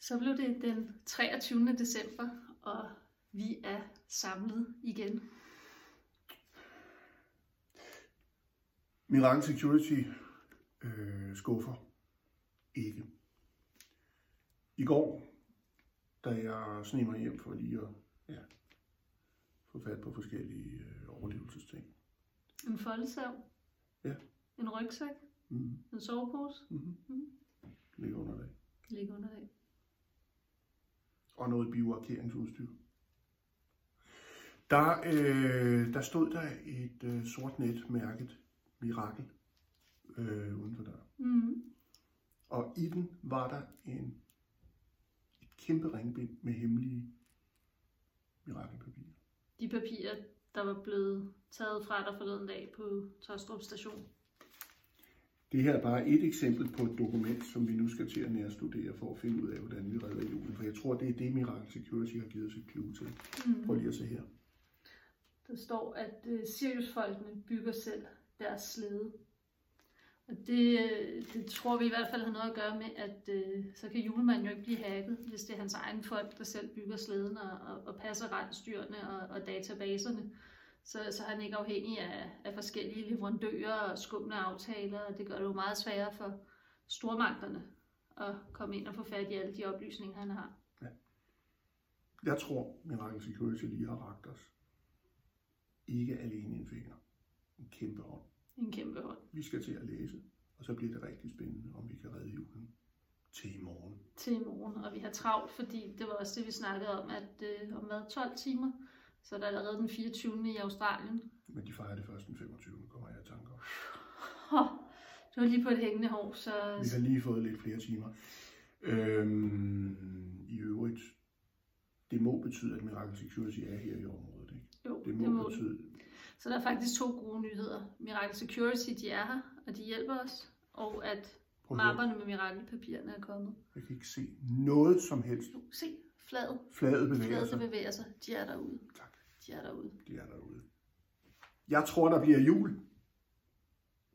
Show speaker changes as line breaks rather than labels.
Så blev det den 23. december, og vi er samlet igen.
Milan Security øh, skuffer ikke. I går, da jeg sneg mig hjem for lige at ja, få fat på forskellige øh, overlevelsesting.
En foldesav.
Ja.
En rygsæk.
Mm.
En sovepose.
Mm-hmm.
Mhm.
Ligger under det.
Ligger under af.
og noget bioarkeringsudstyr. Der, øh, der stod der et øh, sort net mærket Mirakel øh, uden for døren.
Mm.
Og i den var der en, et kæmpe ringbind med hemmelige mirakelpapirer.
De papirer, der var blevet taget fra dig forleden dag på Tostrup station.
Det her er bare et eksempel på et dokument, som vi nu skal til at nærstudere for at finde ud af, hvordan vi redder julen. For jeg tror, det er det, Mirakel Security har givet os et clue til. Prøv
Mm.
lige at se her.
Der står, at øh, Siriusfolkene bygger selv deres slæde. Og det, øh, det tror vi i hvert fald har noget at gøre med, at øh, så kan julemanden jo ikke blive hacket, hvis det er hans egen folk, der selv bygger slæden og, og, og passer rensdyrene og, og databaserne. Så, så er han ikke afhængig af, af forskellige leverandører og skumle aftaler, og det gør det jo meget sværere for stormagterne at komme ind og få fat i alle de oplysninger, han har.
Jeg tror, Miracle Security lige har ragt os. Ikke alene en finger. En kæmpe hånd.
En kæmpe hånd
Vi skal til at læse, og så bliver det rigtig spændende, om vi kan redde julen til i morgen.
til i morgen, og vi har travlt, fordi det var også det, vi snakkede om, at øh, om hvad, 12 timer, så er der allerede den 24. i Australien.
Men de fejrer det først den 25. kommer jeg i tanke om.
Hå, det var lige på et hængende hår, så
Vi har lige fået lidt flere timer. Øhm, I øvrigt, det må betyde, at Miracle Security er her i området. Ikke?
jo,
Det må, det må betyde,
Så der er faktisk to gode nyheder. Miracle Security, de er her, og de hjælper os, og at
prøv at høre,
mapperne med mirakelpapirerne er kommet.
jeg kan ikke se noget som helst.
Jo, se, fladet.
Fladet bevæger
Fladet, der
sig.
bevæger sig. De er derude.
Tak.
De er derude.
De er derude. Jeg tror, der bliver jul.